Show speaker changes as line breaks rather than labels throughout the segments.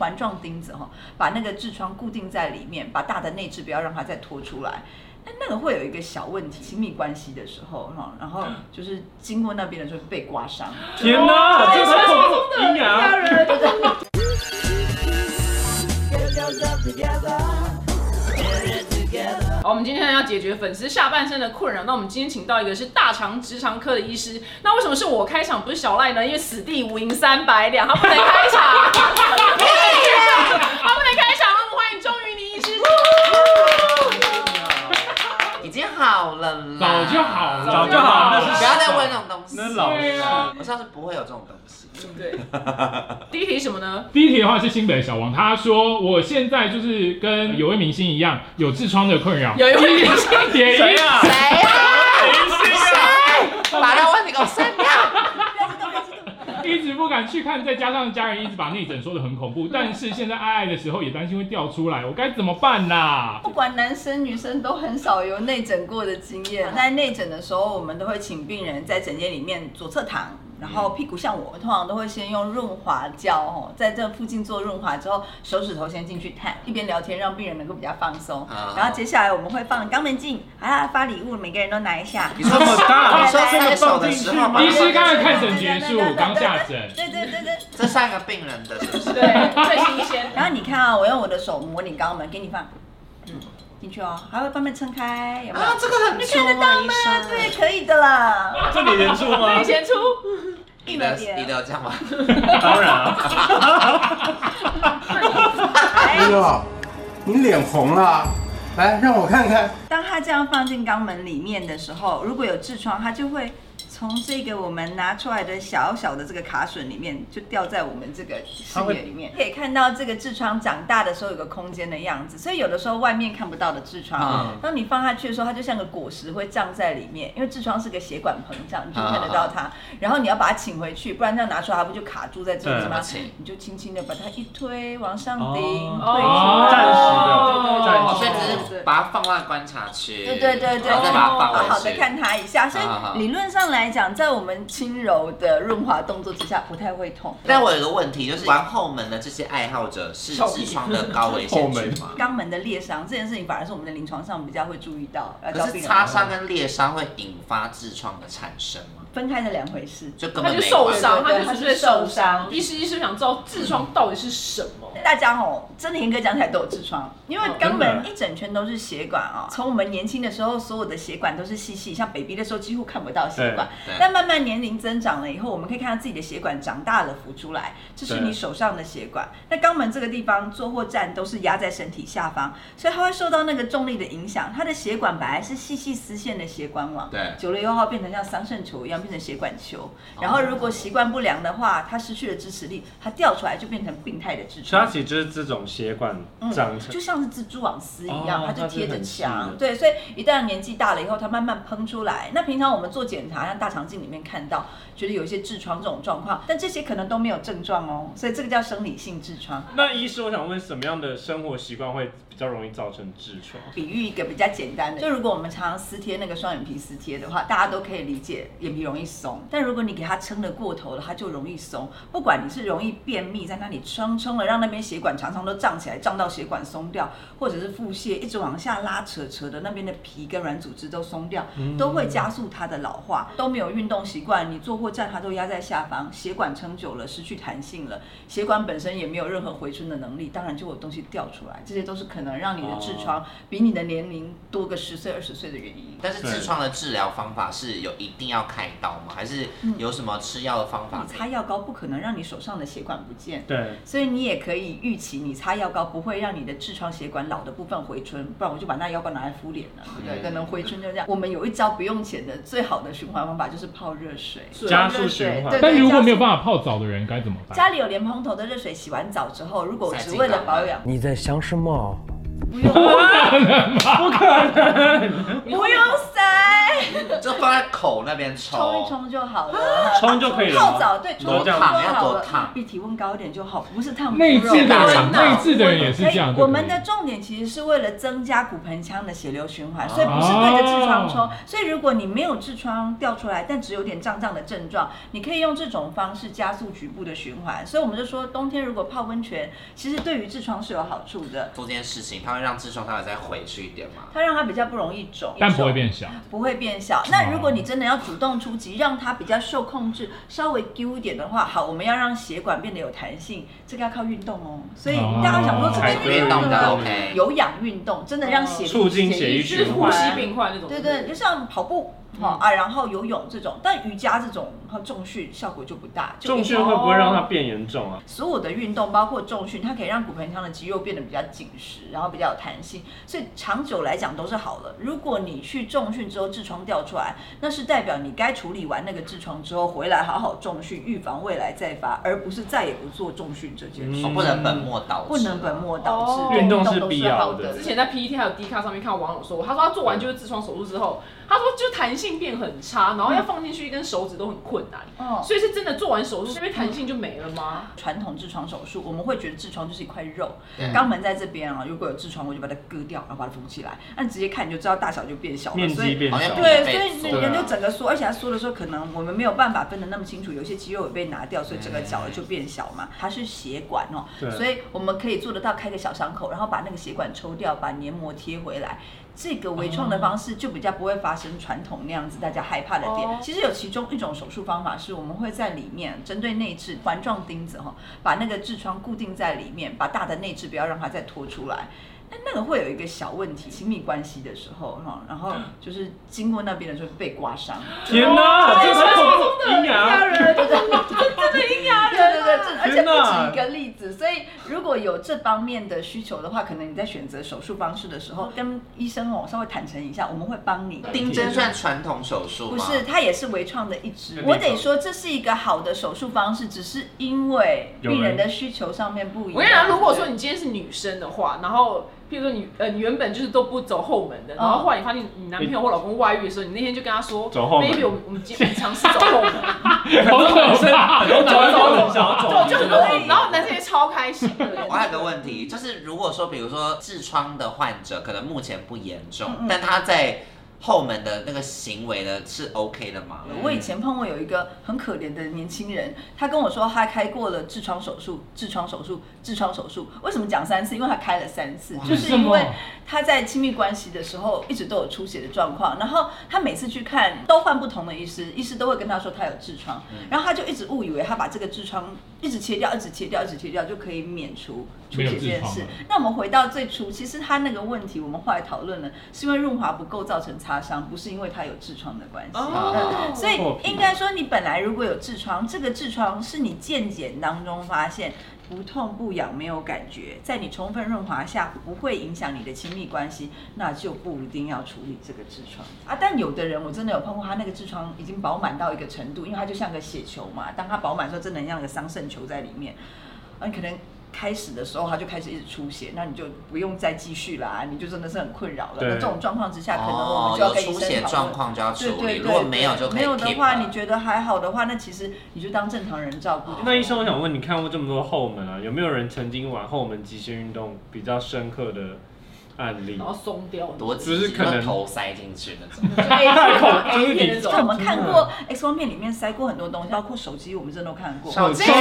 环状钉子哈、把那个痔疮固定在里面，把大的内痔不要让它再拖出来。那那个会有一个小问题，亲密关系的时候哈，然后就是经过那边的时候被刮伤，
天哪，这是恐怖阴阳。
好，我们今天要解决粉丝下半身的困扰。那我们今天请到一个是大肠直肠科的医师。那为什么是我开场不是小赖呢？因为死地无银三百两，他不能开场，他不能开场。那我们欢迎钟于宁医师。
已经好了啦，
嗯早就好了，
早就好了
不要再问那种东西。
那老
对啊
师，
我上次不会有这种东西。
对，第一题什么呢？
第一题的话是新北的小王，他说我现在就是跟有位明星一样有痔疮的困扰，
有一位明星
点
谁啊呀？
一
谁呀、
明星啊！
把那问题给我删掉。
一直不敢去看，再加上家人一直把内诊说的很恐怖，但是现在爱爱的时候也担心会掉出来，我该怎么办呐、
不管男生女生都很少有内诊过的经验。在内诊的时候，我们都会请病人在诊间里面左侧躺，然后屁股向我们通常都会先用润滑胶哦，在这附近做润滑之后，手指头先进去探，一边聊天让病人能够比较放松
啊。
然后接下来我们会放肛门镜，啊发礼物，每个人都拿一下。
你说
么大
你说这个手的时候吗
医师刚才看诊结束，刚下诊，
对对对对。
这上一个病人的是不是？
对，最新鲜。
然后你看啊，我用我的手磨你肛门，给你放，嗯，进去哦，还会慢慢撑开，有没有？
啊，这个很
你
粗
看得
啊，
到
医
吗？
生。
对，可以的啦。
这你人数吗
最？先出，
你的你的有这样吗？
当然啊，
哎呦，你脸红了，来让我看看。
当它这样放进肛门里面的时候，如果有痔疮，它就会从这个我们拿出来的小小的这个卡榫里面，就掉在我们这个视野里 面。可以看到这个痔疮长大的时候有个空间的样子，所以有的时候外面看不到的痔疮
嗯，
当你放下去的时候，它就像个果实会胀在里面，因为痔疮是个血管膨胀，你就看得到它。然后你要把它请回去，不然这样拿出来，它不就卡住在这里
对
吗
而？且
你就轻轻的把它一推，往上顶，
哦
推出来
暂时
的暂时
哦，所以只是把它放到观察区，
对对对对，
然后再把它
好
放
好
回
的
去。
看它一下。所
好好好
以理论上来讲，在我们轻柔的润滑动作之下，不太会痛。
但我有个问题，就是玩后门的这些爱好者是痔疮的高危险群吗？
肛门的裂伤这件事情，反而是我们的临床上比较会注意到，要教
可是
病人
擦伤跟裂伤会引发痔疮的产生吗？
分开的两回事。
就
他
根本
就
没
受
关
伤，
对对
他就
对
纯粹
他是
受
受伤
伤。医师医师想知道痔疮到底是什么？
大家哦，真的严格讲起来都有痔疮，因为
嗯
肛
真
门
的
一整圈都是血管哦。从我们年轻的时候，所有的血管都是细细，像 baby 的时候几乎看不到血管
对对。
但慢慢年龄增长了以后，我们可以看到自己的血管长大了浮出来，这是
对
你手上的血管。那肛门这个地方坐或站都是压在身体下方，所以它会受到那个重力的影响。它的血管本来是细细丝线的血管网，
对
久了以后它变成像桑葚球一样变成血管球。然后如果习惯不良的话，它失去了支持力，它掉出来就变成病态的痔
所以
疮
它。其实就是这种血管长成
嗯就像是蜘蛛网丝一样，
哦
它就贴着
它是很细
墙。
的
对，所以一旦年纪大了以后，它慢慢喷出来。那平常我们做检查，像大肠镜里面看到，觉得有一些痔疮这种状况，但这些可能都没有症状哦，所以这个叫生理性痔疮。
那医师，我想问什么样的生活习惯会比较容易造成痔疮？
比喻一个比较简单的，就如果我们常常撕贴那个双眼皮撕贴的话，大家都可以理解眼皮容易松，但如果你给它撑得过头了，它就容易松。不管你是容易便秘，在那里撑撑了，让那边血管常常都胀起来，胀到血管松掉，或者是腹泻一直往下拉扯扯的，那边的皮跟软组织都松掉，都会加速它的老化。都没有运动习惯，你坐或站它都压在下方，血管撑久了失去弹性了，血管本身也没有任何回春的能力，当然就有东西掉出来，这些都是可能让你的痔疮。啊比你的年龄多个十岁二十岁的原因。
但是痔疮的治疗方法是有一定要开刀吗？还是
嗯
有什么吃药的方法
你？擦药膏不可能让你手上的血管不见，
对，
所以你也可以预期你擦药膏不会让你的痔疮血管老的部分回春，不然我就把那药膏拿来敷脸了，对不对？可能回春就这样。我们有一招不用钱的最好的循环方法就是泡热水，
加速循环
对对
但如果没有
法。
办法泡澡的人该怎么办？
家里有莲蓬头的热水，洗完澡之后，如果我只为了保养，
你在想什么？
不用
不可能，
不用塞，
就放在口那边抽，
冲一冲就好了。
冲就可以了吗
泡澡对，冲
多
就
烫要
好
多
了，
烫
比体温高一点就好，不是烫
内
猪肉
置的
大
人，
肠
内
道
置的人也是这样。
所以我们的重点其实是为了增加骨盆腔的血流循环，
哦
所以不是对着痔疮抽。所以如果你没有痔疮掉出来，但只有点胀胀的症状，你可以用这种方式加速局部的循环。所以我们就说，冬天如果泡温泉，其实对于痔疮是有好处的，
做这件事情，它会让痔疮稍微再回去一点嘛。
它让它比较不容易肿，
但不会变小。
不会变小。那如果你真的要主动出击，让它比较受控制，稍微丢一点的话，好，我们要让血管变得有弹性，这个要靠运动哦。所以大家想说，这
哦
个运动
运动的
啊
OK
有氧运动，真的让血
促进血
血
液
就是
循
呼吸
环。
病患那种。
对对，就像跑步。好、啊，然后游泳这种，但瑜伽这种和重训效果就不大。就
重训会不会让它变严重啊？
所有的运动，包括重训，它可以让骨盆腔的肌肉变得比较紧实，然后比较有弹性，所以长久来讲都是好的。如果你去重训之后痔疮掉出来，那是代表你该处理完那个痔疮之后回来好好重训，预防未来再发，而不是再也不做重训这件事。
哦，
嗯
不能本末倒置，
不能本。末倒
哦
置，
运
动是
都
必要
好
的
之前在 PPT 还有 D 卡上面看到网友说过，他说他做完就是痔疮手术之后，他说就弹性变很差，然后要放进去一根手指都很困难，
哦，
所以是真的做完手术那边弹性就没了吗？
传统痔疮手术，我们会觉得痔疮就是一块肉，
对
肛门在这边啊，如果有痔疮，我就把它割掉，然后把它缝起来，那你直接看你就知道大小就变小了，
面
哦所
积
以。
变
好像
小，
对，
被
所以
缩
人
了
就整个缩，而且它缩的时候，可能我们没有办法分得那么清楚，有些肌肉也被拿掉，所以整个角就变小嘛。它是血管哦，
对
所以我们可以做得到开个小伤口，然后把那个血管抽掉，把黏膜贴回来。这个微创的方式就比较不会发生传统那样子大家害怕的
哦
点。其实有其中一种手术方法是，我们会在里面针对内痔环状钉子哈，把那个痔疮固定在里面，把大的内痔不要让它再拖出来。那那个会有一个小问题，亲密关系的时候哈，然后
嗯
就是经过那边的时候被刮 伤。
天哪，这
所
个
以说
恐怖
真的
阴阳，
人，真的啊
对对对，这而且
天
不
哪
止一个例子，所以如果有这方面的需求的话，可能你在选择手术方式的时候，跟医生哦稍微坦诚一下，我们会帮你。
钉针算传统手术
不
吗？
是，它也是微创的一支。
嗯
我得说，这是一个好的手术方式，只是因为
有人
病人的需求上面不一样。
我跟你讲，如果说你今天是女生的话，然后譬如说你呃你原本就是都不走后门的，然后后来你发现你男朋友或老公外遇的时候，你那天就跟他说
走后门
，baby，我们我们今天尝试走后门，
好可怕！
很多男生想要
就就很多
走，，
然后男生也超开心的。
我还有个问题，就是如果说，比如说痔疮的患者，可能目前不严重，
嗯嗯
但他在后门的那个行为呢，是 OK 的吗？
我以前碰过有一个很可怜的年轻人，他跟我说他开过了痔疮手术，痔疮手术，痔疮手术。为什么讲三次？因为他开了三次，就是因为他在亲密关系的时候一直都有出血的状况，然后他每次去看都换不同的医师，医师都会跟他说他有痔疮，
嗯
然后他就一直误以为他把这个痔疮一直切掉，一直切掉，一直切掉就可以免除出
没有
血这
痔
件
疮啊
事
了。
那我们回到最初，其实他那个问题，我们后来讨论了，是因为润滑不够造成擦伤，不是因为他有痔疮的关系。
哦，
所以应该说，你本来如果有痔疮，这个痔疮是你健检当中发现不痛不痒没有感觉，在你充分润滑下不会影响你的亲密关系，那就不一定要处理这个痔疮啊。但有的人我真的有碰过，他那个痔疮已经饱满到一个程度，因为它就像个血球嘛，当它饱满的时候，真的很像个桑葚球在里面，啊，你可能。开始的时候，它就开始一直出血，那你就不用再继续啦，你就真的是很困扰了。
对
那这种状况之下，可能我
哦
们，就要
有
跟医
出血
生讨
状
论。
况就要处
对对
理，
对，
如果没有就可以
没有的
keep
话，
了哦
你觉得还好的话，那其实你就当正常人照顾就好。
那医生，我想问，你看过这么多后门啊，有没有人曾经玩后门极限运动比较深刻的案例
然？后松掉了，
多
就是可能
头塞进去那 种。
太
恐
怖那
像我
种。
们看过 X 光片里面塞过很多东西，包括手机，我们真的都看过。
手
机
机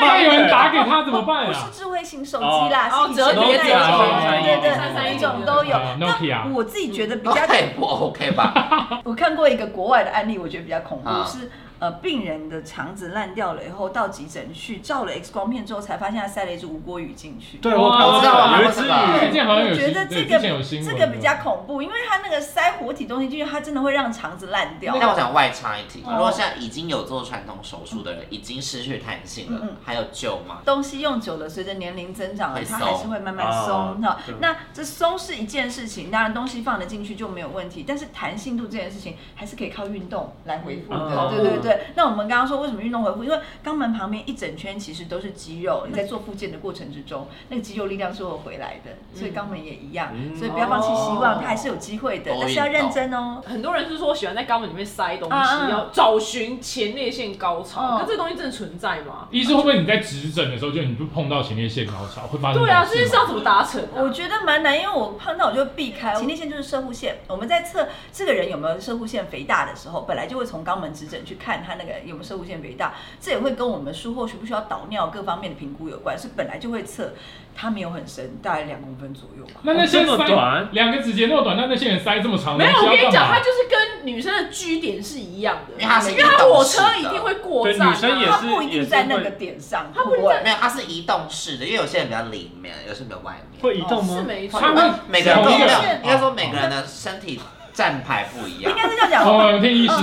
万一有人打给他怎么办
不
啊
是？智慧型手机啦，
哦
是以
折
前
叠
那
机
种
哦
对对，
331
那种都有。
啊
那
Nokia
我自己觉得比
都
较
太不 OK 吧？
我看过一个国外的案例，我觉得比较恐怖，
啊
是呃病人的肠子烂掉了以后，到急诊去照了 X 光片之后，才发现他塞了一只无锅鱼进去。
对，我看
哇
啊
到有一只
这
鱼，
件好像有
我
新，
觉得这
对
个
之前有新闻
这个比较恐怖，因为它那个塞活体东西进去，它真的会让肠子烂掉。
那我想外插一题，
哦
如果现在已经有做传统手术的人，已经失去弹性
嗯
了
嗯，
还有救吗？
东西用久了，随着年龄增长了
会，
它
松
还是会慢慢松
啊
哈
对。
那这松是一件事情，当然东西放得进去就没有问题，但是弹性度这件事情还是可以靠运动来恢复
嗯
的。
哦
对对对对？那我们刚刚说为什么运动恢复？因为肛门旁边一整圈其实都是肌肉，你在做复健的过程之中，那个肌肉力量是会回来的，所以肛门也一样，
嗯
所以不要放弃希望，
哦
它还是有机会的，
多
但是要
运动
认真哦。
很多人是说喜欢在肛门里面塞东西，
啊啊
要找寻前列腺高潮
嗯，
可这东西真的存在吗？
医师会不会你在指诊的时候就你就碰到前列腺高潮会发生
对啊，这
这
件
种事
事
吗
要怎么达成啊？
我觉得蛮难，因为我碰到我就会避开前列腺就是射护腺。我们在测这个人有没有射护腺肥大的时候，本来就会从肛门指诊去看他那个有没有射护腺肥大，这也会跟我们术后需不需要导尿各方面的评估有关，是本来就会测，它没有很深，大概两公分左右吧。
那那些
这么短
塞两个指节那么短，那那些人塞这么长，
没有，
那是
我
要
跟你
干
讲，
嘛
它就是跟女生的居点是一样的，
因为它是
因为它
移动
火
式
车
的
一定会过
对
站、啊，
女生也
它
是
不一定在那个点上，
它不一定
会
在
没有，它是移动式的，因为有些人比较里面，有些人比较外面。
会移动
是
吗？
没错。
他们
每个人都
同
没有，
一个
应该说每个人的身体站牌不一样
应。该是这样讲。
哦，有听医师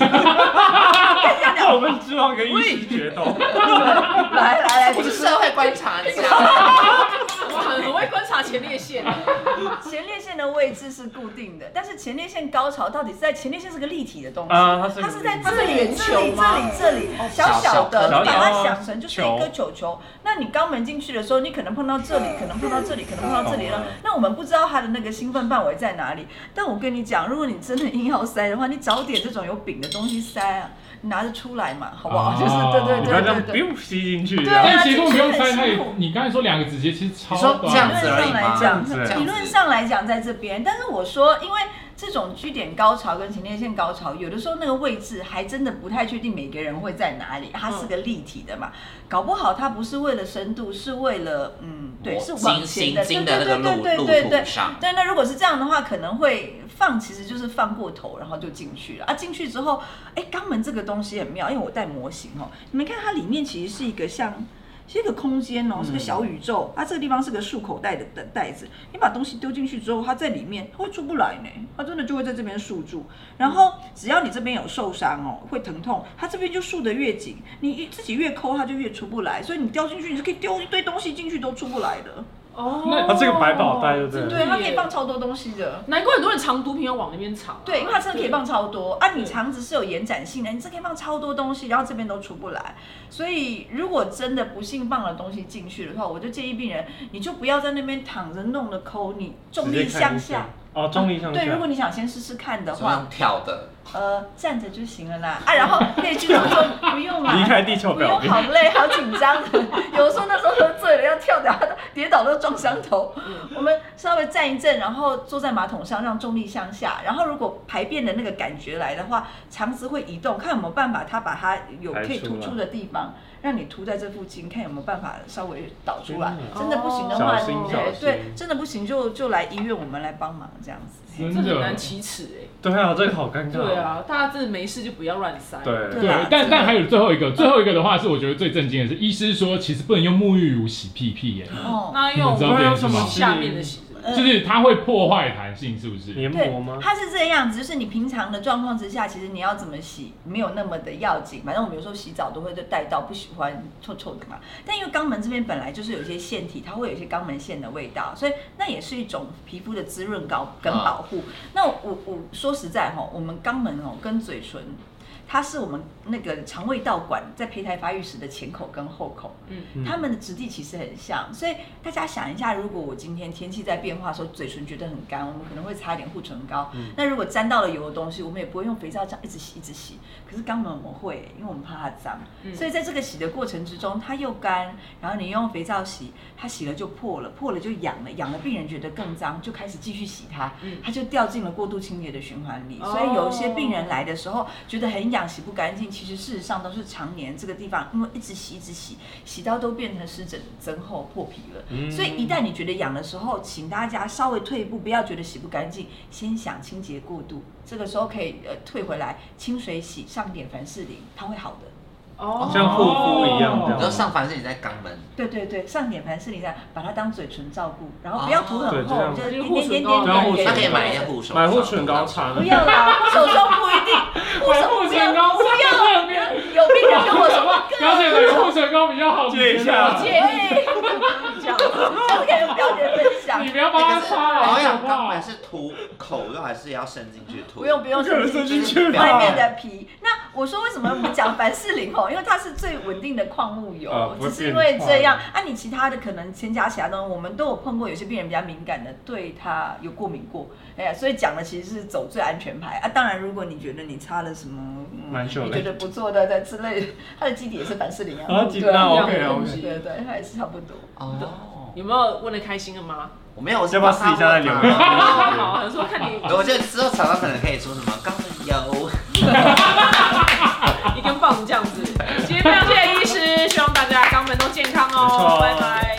的，
那 我们之后跟医师决斗。
来来来，
我
就是是
社会观察家，
我很很会观察前列腺，
前列腺的位置是固定的，但是前列腺高潮到底是在前列腺是个立体的东西，
啊它是个
它是在
立体
这里、
它是圆
这里
球、吗
这里、这里，小小的，
小小的
你把它
哦
想成就是一个球球。那你肛门进去的时候，你可能碰到这里，可能碰到这里，可能碰到这里
懂
了
了。
那我们不知道它的那个兴奋范围在哪里。但我跟你讲，如果你真的硬要塞的话，你找点这种有柄的东西塞啊，你拿得出来嘛，好不好？
哦
就是对对
你不要
对
这样
对对。
biu 吸进去，
对啊
但其实我不用塞
这
太
很辛苦，
你刚才说两个指节其实超
你说
短
这样子而已
理论上来讲理
这样
吗？
论上来讲，在这边，但是我说，因为这种居点高潮跟前列腺高潮，有的时候那个位置还真的不太确定每个人会在哪里，它是个立体的嘛，搞不好它不是为了深度，是为了嗯， 对，
我
是往前的，对
行行进的
对
那个
对
路
对
路
对对
途。上，
对，那如果是这样的话，可能会放，其实就是放过头，然后就进去了。啊，进去之后，哎，肛门这个东西很妙，因为我带模型哦，你们看它里面其实是一个像。是一个空间哦，是个小宇宙。它、这个地方是个束口袋的的袋子，你把东西丢进去之后，它在里面它会出不来呢，它真的就会在这边束住。然后只要你这边有受伤哦，会疼痛，它这边就束得越紧，你一自己越抠，它就越出不来。所以你掉进去，你是可以丢一堆东西进去都出不来的。
哦，
那它这个百宝袋就对了
对，它可以放。超多东西的。
难怪很多人藏毒品要往那边藏啊、
对，因为它真的可以放超多啊！你
对
肠子是有延展性的，你这可以放超多东西，然后这边都出不来。所以如果真的不幸放了东西进去的话，我就建议病人，你就不要在那边躺着弄了抠，你重力向下。。啊
哦，重力向下。
对，如果你想先试试看的
所以用
话，
跳的，
哦
呃，站着就行了啦。啊，然后 可以去动作，不用啦，
离开地球
不
表
用，
面。
好累，好紧张。有的时候那时候喝醉了，要跳的，跌倒都撞伤头。
嗯
我们稍微站一站，然后坐在马桶上，让重力向下。然后如果排便的那个感觉来的话，肠子会移动，看有没有办法，它把它有
排
可以
出
突
来
出的地方，让你凸在这附近，看有没有办法稍微导出来。
嗯
真的不行的
小
话，
心
对
小心
对，真的不行就就来医院，我们来帮忙这样子。
嗯
真
这很
的
难。启齿哎。
对啊，这个好尴尬。
对。啊，大家真的没事就不要乱塞。
对。
对
对
啦，
但
真的
但还有最后一个，最后一个的话是我觉得最震惊的是，医师说其实不能用沐浴乳洗屁屁耶，
哦，
那用
你知道这件事
什
吗
么下面的洗？
就是它会破坏弹性，是不是？
黏
对
膜吗，？
它是这样子，就是你平常的状况之下，其实你要怎么洗没有那么的要紧。反正我们有时候洗澡都会带到不喜欢臭臭的嘛。但因为肛门这边本来就是有一些腺体，它会有一些肛门腺的味道，所以那也是一种皮肤的滋润高跟
啊
保护。那我我我说实在哈、我们肛门哦跟嘴唇。它是我们那个肠胃道管在胚胎发育时的前口跟后口，
嗯
它们的质地其实很像，所以大家想一下，如果我今天天气在变化的时候，嘴唇觉得很干，我们可能会擦一点护唇膏。那如果沾到了油的东西，我们也不会用肥皂这样一直洗一直洗。可是肛门我们会，因为我们怕它脏，
嗯
所以在这个洗的过程之中，它又干，然后你用肥皂洗，它洗了就破了，破了就痒了，痒了病人觉得更脏，就开始继续洗它
嗯，
它就掉进了过度清洁的循环里。
哦
所以有一些病人来的时候觉得很痒，洗不干净，其实事实上都是常年这个地方因为一直洗一直洗，洗到都变成湿疹、增厚、破皮了。
嗯
所以一旦你觉得痒的时候，请大家稍微退一步，不要觉得洗不干净，先想清洁过度。这个时候可以呃退回来，清水洗，上点凡士林，它会好的。
哦
像护肤一样这
你
样
说上凡是你在肛门，
对对对，上点凡士林，把它当嘴唇照顾，然后不要涂
哦对
很
这
厚，
样
就是
就是
一
护
点
唇
点
膏
点
对啊
点点。
护唇
那可以
膏
买一些护手，
买护唇膏擦
不
的。
要啦，护手霜不一定，护
买
手
护
不要
唇膏，
不要，
不要，
有病人跟我说
高姐的护唇膏比较好，
借一 下
姐，这样子这个可以标准分享
你。不要帮他擦了，
保
好
养
不
钢
好
板？是涂口肉还是要伸进去涂？
不用不用，
不可能伸进去吧
外面的皮。那我说为什么不讲凡士林哦？因为它是最稳定的矿物油，
啊不会
只是因为这样
变。
啊，你其他的可能添加其他东西，我们都有碰过，有些病人比较敏感的，对它有过敏过。哎呀，所以讲的其实是走最安全牌啊。当然，如果你觉得你擦了什么，嗯
蛮秀的
你觉得不错的对之类的，它的基底也是凡士林
啊
啊，对
基
对
底那 OK，OK
对对对，它也是差不多。
哦，
有没有问的开心了吗？哦
我没有，我是
要不要试一下再留
帮他问啊
好，很说看你，
我觉得之后厂商可能可以说什么钢油，
你跟棒这样子。今天非常谢谢医师，希望大家肛门都健康
没
哦
错，
拜拜。